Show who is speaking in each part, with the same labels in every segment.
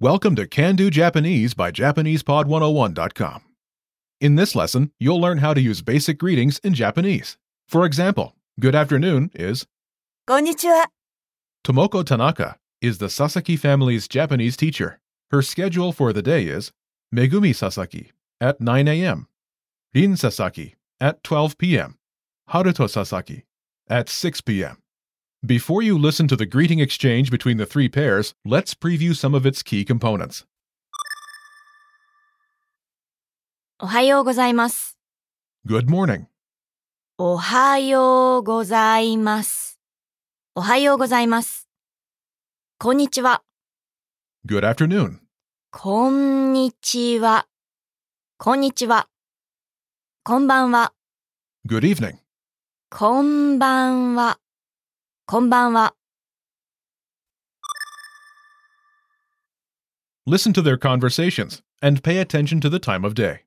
Speaker 1: Welcome to Can Do Japanese by JapanesePod101.com. In this lesson, you'll learn how to use basic greetings in Japanese. For example, good afternoon is
Speaker 2: こんにちは。
Speaker 1: Tomoko Tanaka is the Sasaki family's Japanese teacher. Her schedule for the day is Megumi Sasaki at 9 a.m., Rin Sasaki at 12 p.m., Haruto Sasaki at 6 p.m. Before you listen to the greeting exchange between the three pairs, let's preview some of its key components.
Speaker 2: おはようございます。
Speaker 1: Good morning.
Speaker 2: おはようございます。おはようございます。こんにちは。
Speaker 1: Good afternoon.
Speaker 2: こんにちは。こんにちは。こんばんは。
Speaker 1: Good evening.
Speaker 2: こんばんは。こんばんは。
Speaker 1: Listen to their conversations and pay attention to the time of day.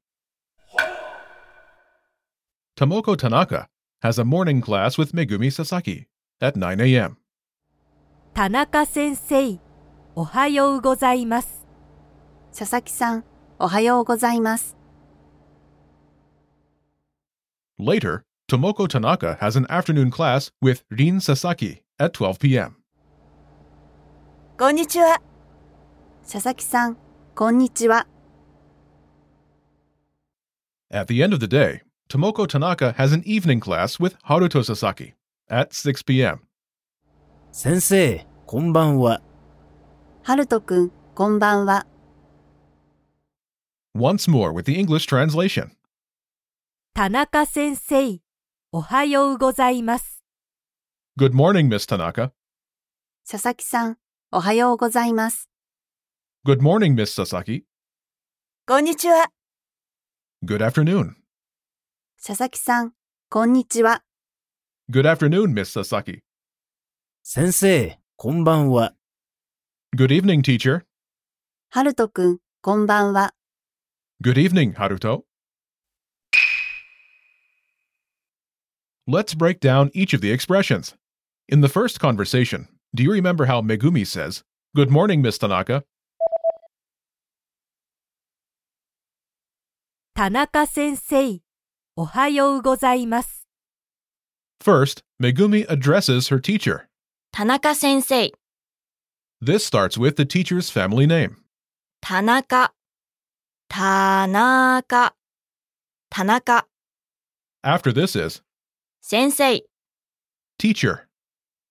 Speaker 1: Tomoko Tanaka has a morning class with Megumi Sasaki at 9 a.m.
Speaker 3: 田中先生、おはようございます。
Speaker 4: 佐々木さん、おはようございます。
Speaker 1: Later, Tomoko Tanaka has an afternoon class with Rin Sasaki at 12 p.m.
Speaker 2: こんにちは。
Speaker 4: 佐々木さん、こんにちは。
Speaker 1: At the end of the day, Tomoko Tanaka has an evening class with Haruto Sasaki at 6 p.m.
Speaker 5: 先生、こんばんは。
Speaker 4: はるとくん、こんばんは。
Speaker 1: Once more with the English translation.
Speaker 3: 田中先生、おはようございます。
Speaker 1: Good morning, Miss Tanaka.
Speaker 4: 佐々木さん、おはようございます。
Speaker 1: Good morning, Miss Sasaki.
Speaker 2: こんにちは。
Speaker 1: Good afternoon.
Speaker 4: 佐々木さん、こんにちは。
Speaker 1: Good afternoon, Miss Sasaki.
Speaker 5: 先生、こんばんは。
Speaker 1: Good evening, teacher.
Speaker 4: はるとくん、こんばんは。
Speaker 1: Good evening, Haruto. Let's break down each of the expressions. In the first conversation, do you remember how Megumi says, Good morning, Miss Tanaka?
Speaker 3: 田中先生、おはようございます。
Speaker 1: First, Megumi addresses her teacher.
Speaker 2: 田中先生。
Speaker 1: This starts with the teacher's family name.
Speaker 2: 田中。田中。田中。
Speaker 1: After this is,
Speaker 2: 先生。
Speaker 1: Teacher.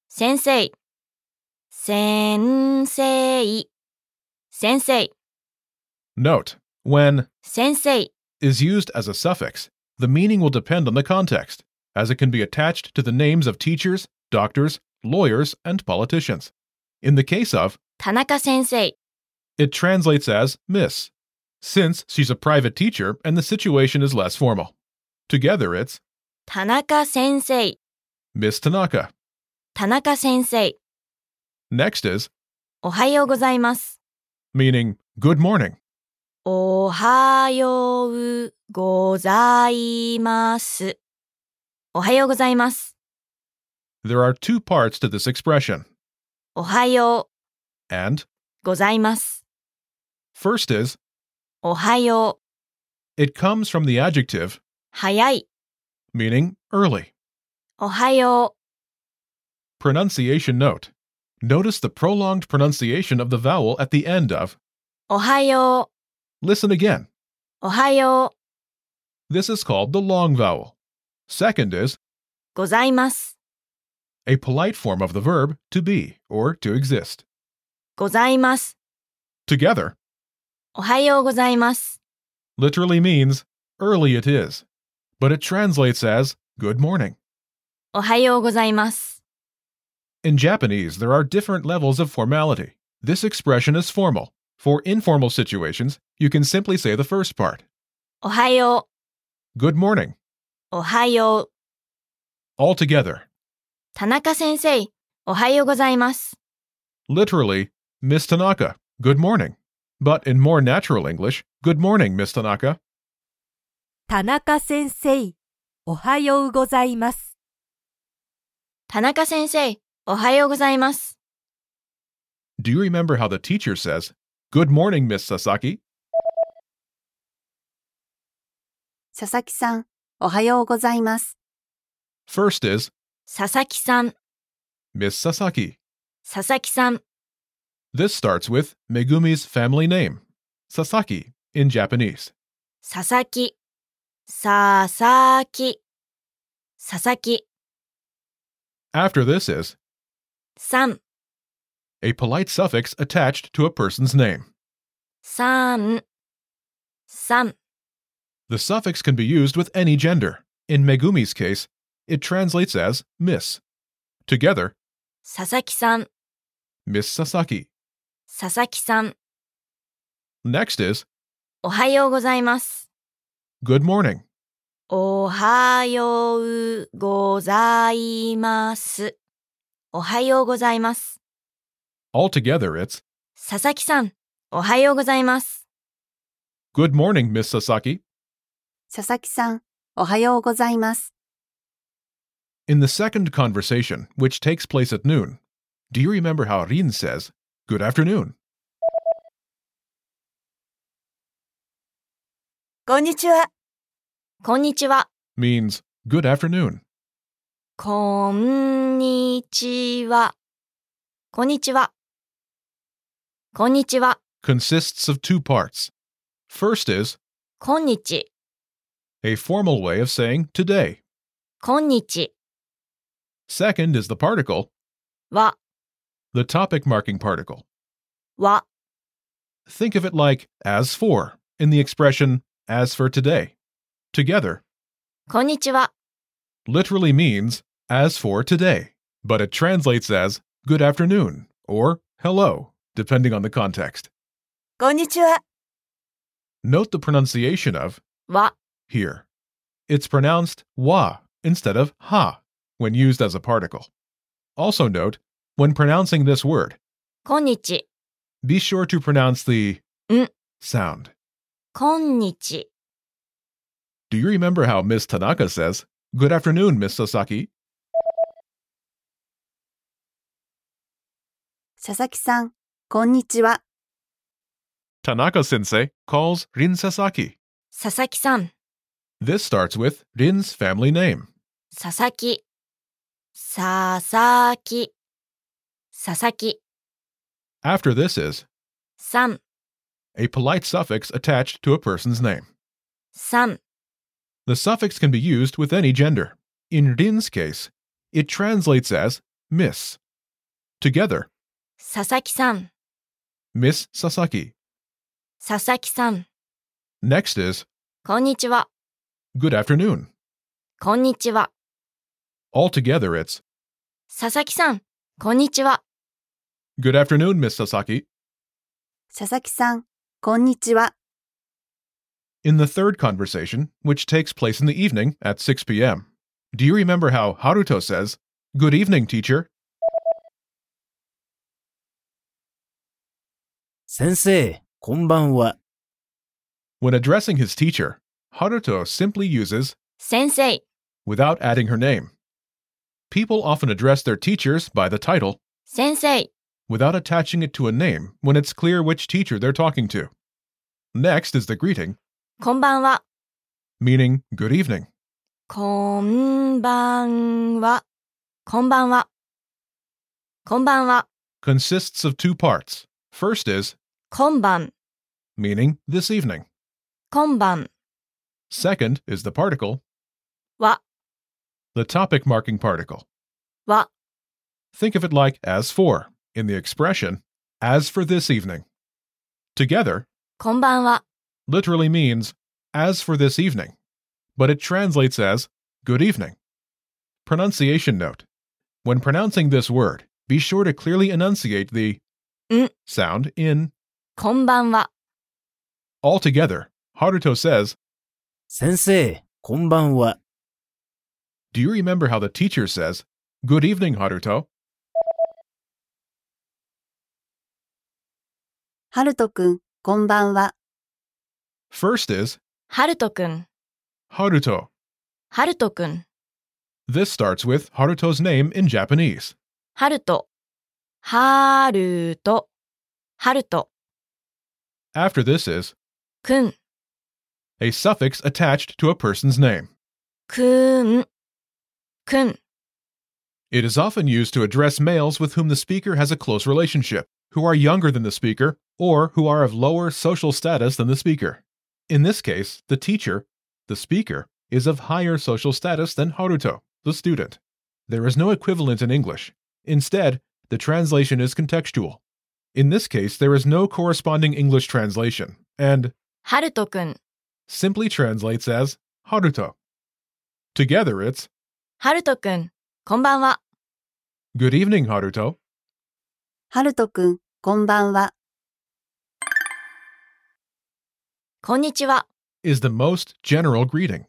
Speaker 2: 先生。先生。先生。
Speaker 1: Note, when
Speaker 2: 先生。
Speaker 1: is used as a suffix, the meaning will depend on the context, as it can be attached to the names of teachers, doctors, lawyers, and politicians. In the case of,
Speaker 2: 田中先生、
Speaker 1: it translates as Miss, since she's a private teacher and the situation is less formal. Together, it's
Speaker 2: 田中先生、
Speaker 1: Miss Tanaka.
Speaker 2: 田中先生、
Speaker 1: Next is,
Speaker 2: おはようございます。
Speaker 1: meaning good morning.
Speaker 2: おはようございます。おはようございます。
Speaker 1: There are two parts to this expression,
Speaker 2: おはよ
Speaker 1: and
Speaker 2: うございます。
Speaker 1: first is,
Speaker 2: おはよう、
Speaker 1: it comes from the adjective,
Speaker 2: 早い、
Speaker 1: meaning early.
Speaker 2: おはよ
Speaker 1: Pronunciation note. Notice the prolonged pronunciation of the vowel at the end of.
Speaker 2: う、おはよ
Speaker 1: Listen again.
Speaker 2: う、おはよう、
Speaker 1: This is called the long vowel. Second is
Speaker 2: ございます。
Speaker 1: a polite form of the verb to be or to exist.
Speaker 2: ございます。
Speaker 1: Together,
Speaker 2: おはようございます。
Speaker 1: literally means early it is, but it translates as good morning.
Speaker 2: おはようございます。
Speaker 1: In Japanese, there are different levels of formality. This expression is formal. For informal situations, you can simply say the first part,
Speaker 2: おはよ
Speaker 1: good morning,
Speaker 2: う、おはよう。
Speaker 1: altogether.
Speaker 2: 田中先生、おはようございます。
Speaker 1: literally, Miss Tanaka, good morning. But in more natural English, good morning, Miss Tanaka.
Speaker 3: 田中先生、おはようございます。
Speaker 2: 田中先生、おはようございます。
Speaker 1: Do you remember how the teacher says, Good morning, Miss Sasaki.
Speaker 4: 佐々木さん、おはようございます。
Speaker 1: First is
Speaker 2: 佐々木さん、
Speaker 1: Miss Sasaki.
Speaker 2: 佐々木さん。
Speaker 1: This starts with Megumi's family name, Sasaki, in Japanese.
Speaker 2: 佐々木、佐々木、佐々木、
Speaker 1: After this is
Speaker 2: さん、
Speaker 1: a polite suffix attached to a person's name.
Speaker 2: さん、さん、
Speaker 1: The suffix can be used with any gender. In Megumi's case, it translates as Miss. Together,
Speaker 2: 佐々木さん、
Speaker 1: Miss Sasaki.
Speaker 2: 佐々木さん。
Speaker 1: Next is
Speaker 2: おはようございます。
Speaker 1: Good morning.
Speaker 2: おはようございます。おはようございます。
Speaker 1: Altogether, it's
Speaker 2: 佐々木さん、おはようございます。
Speaker 1: Good morning, Miss Sasaki.
Speaker 4: 佐々木さん、おはようございます。
Speaker 1: In the second conversation, which takes place at noon, do you remember how Rin says, Good afternoon?
Speaker 4: こんにちは。
Speaker 2: こんにちは。
Speaker 1: means Good afternoon.
Speaker 2: こんにちは。こんにちは。こんにちは。
Speaker 1: consists of two parts. First is
Speaker 2: こんにち。
Speaker 1: a formal way of saying today.
Speaker 2: こんにち
Speaker 1: Second is the particle,
Speaker 2: は、
Speaker 1: the topic marking particle.
Speaker 2: は、
Speaker 1: Think of it like as for in the expression as for today. Together
Speaker 2: こんにちは。
Speaker 1: literally means as for today, but it translates as good afternoon or hello, depending on the context.
Speaker 4: こんにちは。
Speaker 1: Note the pronunciation of
Speaker 2: は、
Speaker 1: here. It's pronounced wa instead of ha when used as a particle. Also note, when pronouncing this word,
Speaker 2: こんにち。
Speaker 1: be sure to pronounce the
Speaker 2: Mm.
Speaker 1: sound.
Speaker 2: こんにち。
Speaker 1: Do you remember how Miss Tanaka says, Good afternoon, Miss Sasaki?
Speaker 4: 佐々木さん、こんにちは。
Speaker 1: Tanaka sensei calls Rin Sasaki.
Speaker 2: 佐々木さん、
Speaker 1: This starts with Rin's family name.
Speaker 2: 佐々木。佐々木。佐々木。
Speaker 1: After this is
Speaker 2: さん、
Speaker 1: a polite suffix attached to a person's name.
Speaker 2: さん。
Speaker 1: The suffix can be used with any gender. In Rin's case, it translates as Miss. Together,
Speaker 2: 佐々木さん、
Speaker 1: Miss Sasaki.
Speaker 2: 佐々木さん。
Speaker 1: Next is
Speaker 2: こんにちは。
Speaker 1: Good afternoon.
Speaker 2: こんにちは。
Speaker 1: Altogether, it's
Speaker 2: 佐々木さん、こんにちは。
Speaker 1: Good afternoon, Miss Sasaki.
Speaker 4: 佐々木さん、こんにちは。
Speaker 1: In the third conversation, which takes place in the evening at 6 p.m., do you remember how Haruto says, Good evening, teacher?
Speaker 5: 先生、こんばんは。
Speaker 1: When addressing his teacher, Haruto simply uses
Speaker 2: 先生、
Speaker 1: without adding her name. People often address their teachers by the title,
Speaker 2: 先生、
Speaker 1: without attaching it to a name when it's clear which teacher they're talking to. Next is the greeting,
Speaker 2: こんばんは。
Speaker 1: meaning good evening.
Speaker 2: こんばんは。こんばんは。こんばんは。
Speaker 1: consists of two parts. First is
Speaker 2: 今晩、
Speaker 1: meaning this evening.
Speaker 2: 今晩
Speaker 1: Second is the particle,
Speaker 2: は、
Speaker 1: the topic marking particle.
Speaker 2: は、
Speaker 1: Think of it like as for in the expression as for this evening. Together
Speaker 2: こんばんは。
Speaker 1: literally means as for this evening, but it translates as good evening. Pronunciation note When pronouncing this word, be sure to clearly enunciate the
Speaker 2: Mm.
Speaker 1: sound in.
Speaker 2: こんばんは。
Speaker 1: Altogether, Haruto says,
Speaker 5: 先生、こんばんは。
Speaker 1: Do you remember how the teacher says, Good evening, Haruto?
Speaker 4: はるとくん、こんばんは。
Speaker 1: First is
Speaker 2: はるとくん、
Speaker 1: Haruto.
Speaker 2: はるとくん、
Speaker 1: This starts with Haruto's name in Japanese.
Speaker 2: はると、はると、はると、
Speaker 1: after this is
Speaker 2: くん、
Speaker 1: a suffix attached to a person's name.
Speaker 2: くーん、くん、
Speaker 1: It is often used to address males with whom the speaker has a close relationship, who are younger than the speaker, or who are of lower social status than the speaker. In this case, the teacher, the speaker, is of higher social status than Haruto, the student. There is no equivalent in English. Instead, the translation is contextual. In this case, there is no corresponding English translation, and
Speaker 2: はるとくん、
Speaker 1: simply translates as Haruto. Together it's
Speaker 2: はるとくん、こんばんは。
Speaker 1: Good evening, Haruto.
Speaker 4: はるとくん、こんばんは。
Speaker 2: こんにちは。
Speaker 1: is the most general greeting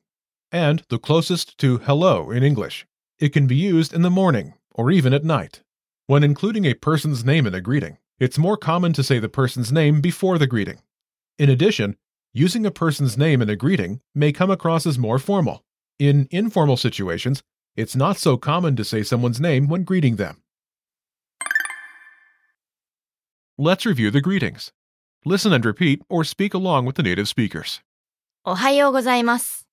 Speaker 1: and the closest to hello in English. It can be used in the morning or even at night. When including a person's name in a greeting, it's more common to say the person's name before the greeting. In addition, using a person's name in a greeting may come across as more formal. In informal situations, it's not so common to say someone's name when greeting them. Let's review the greetings. Listen and repeat or speak along with the native speakers.
Speaker 2: おはようございます。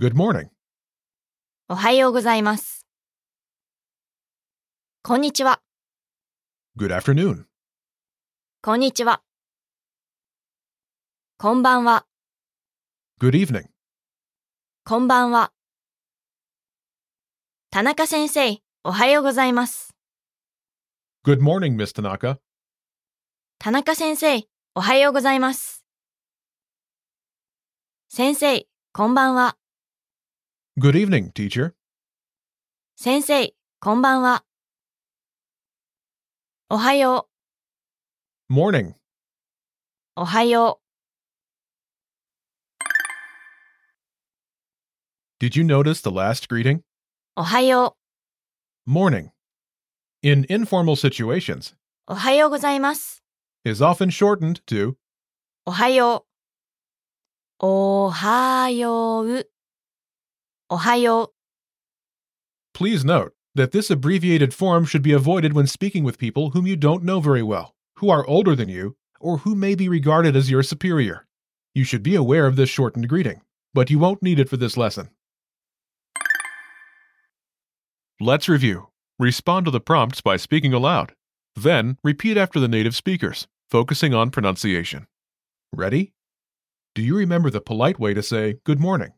Speaker 1: Good morning.
Speaker 2: おはようございます。こんにちは。
Speaker 1: Good afternoon.
Speaker 2: こんにちは。こんばんは。
Speaker 1: Good evening.
Speaker 2: こんばんは。田中先生、おはようございます。
Speaker 1: Good morning, Miss Tanaka.
Speaker 2: 田中先生、おはようございます。先生、こんばんは。
Speaker 1: Good evening, teacher.
Speaker 2: 先生、こんばんは。おはよ
Speaker 1: Morning.
Speaker 2: う、おはよ
Speaker 1: Did you notice the last greeting?
Speaker 2: う、おはよ
Speaker 1: Morning. In informal situations,
Speaker 2: う、おはようございます。
Speaker 1: is often shortened to
Speaker 2: おはよう。おはよう。おはよ
Speaker 1: Please note that this abbreviated form should be avoided when speaking with people whom you don't know very well, who are older than you, or who may be regarded as your superior. You should be aware of this shortened greeting, but you won't need it for this lesson. Let's review. Respond to the prompts by speaking aloud. Then repeat after the native speakers, focusing on pronunciation. Ready? Do you remember the polite way to say good morning?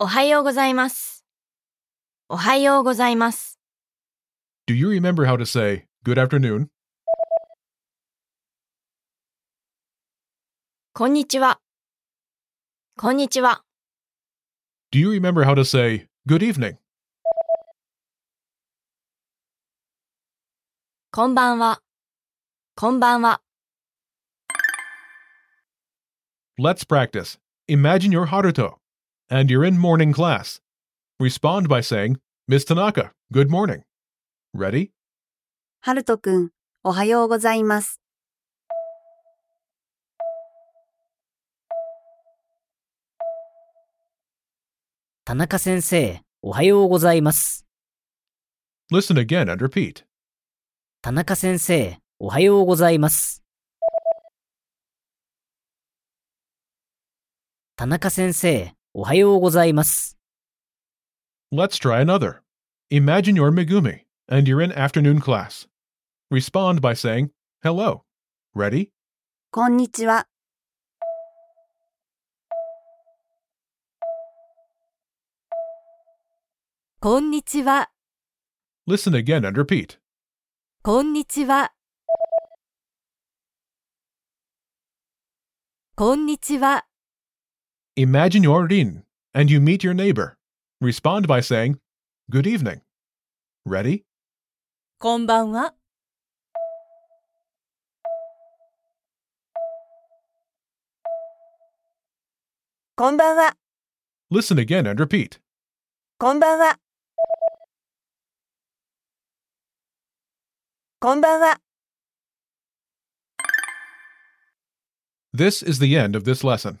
Speaker 2: う。おはようございます。おはようございます。
Speaker 1: Do you remember how to say good afternoon?
Speaker 2: こんにちは。こんにちは。
Speaker 1: Do you remember how to say good evening?
Speaker 2: こんばんは。こんばんは。
Speaker 1: Let's practice. Imagine you're Haruto and you're in morning class. Respond by saying, Miss Tanaka, good morning. Ready?
Speaker 4: はるとくん、おはようございます。
Speaker 5: 田中先生、おはようございます。
Speaker 1: Listen again and repeat.
Speaker 5: 田中先生、おはようございます。田中先生、おはようございます。
Speaker 1: Let's try another. Imagine you're Megumi and you're in afternoon class. Respond by saying, hello. Ready?
Speaker 4: こんにちは。
Speaker 3: こんにちは。
Speaker 1: Listen again and repeat.
Speaker 3: こんにちは。こんにちは。
Speaker 1: Imagine you're Rin and you meet your neighbor. Respond by saying, good evening. Ready?
Speaker 3: こんばんは。
Speaker 4: こんばんは。
Speaker 1: Listen again and repeat.
Speaker 4: こんばんは。こんばんは。
Speaker 1: This is the end of this lesson.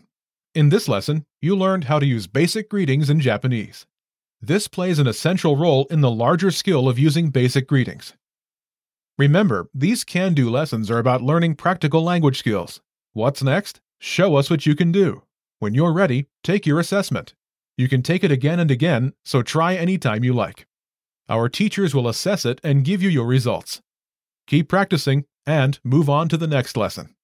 Speaker 1: In this lesson, you learned how to use basic greetings in Japanese. This plays an essential role in the larger skill of using basic greetings. Remember, these can do lessons are about learning practical language skills. What's next? Show us what you can do. When you're ready, take your assessment. You can take it again and again, so try anytime you like. Our teachers will assess it and give you your results. Keep practicing and move on to the next lesson.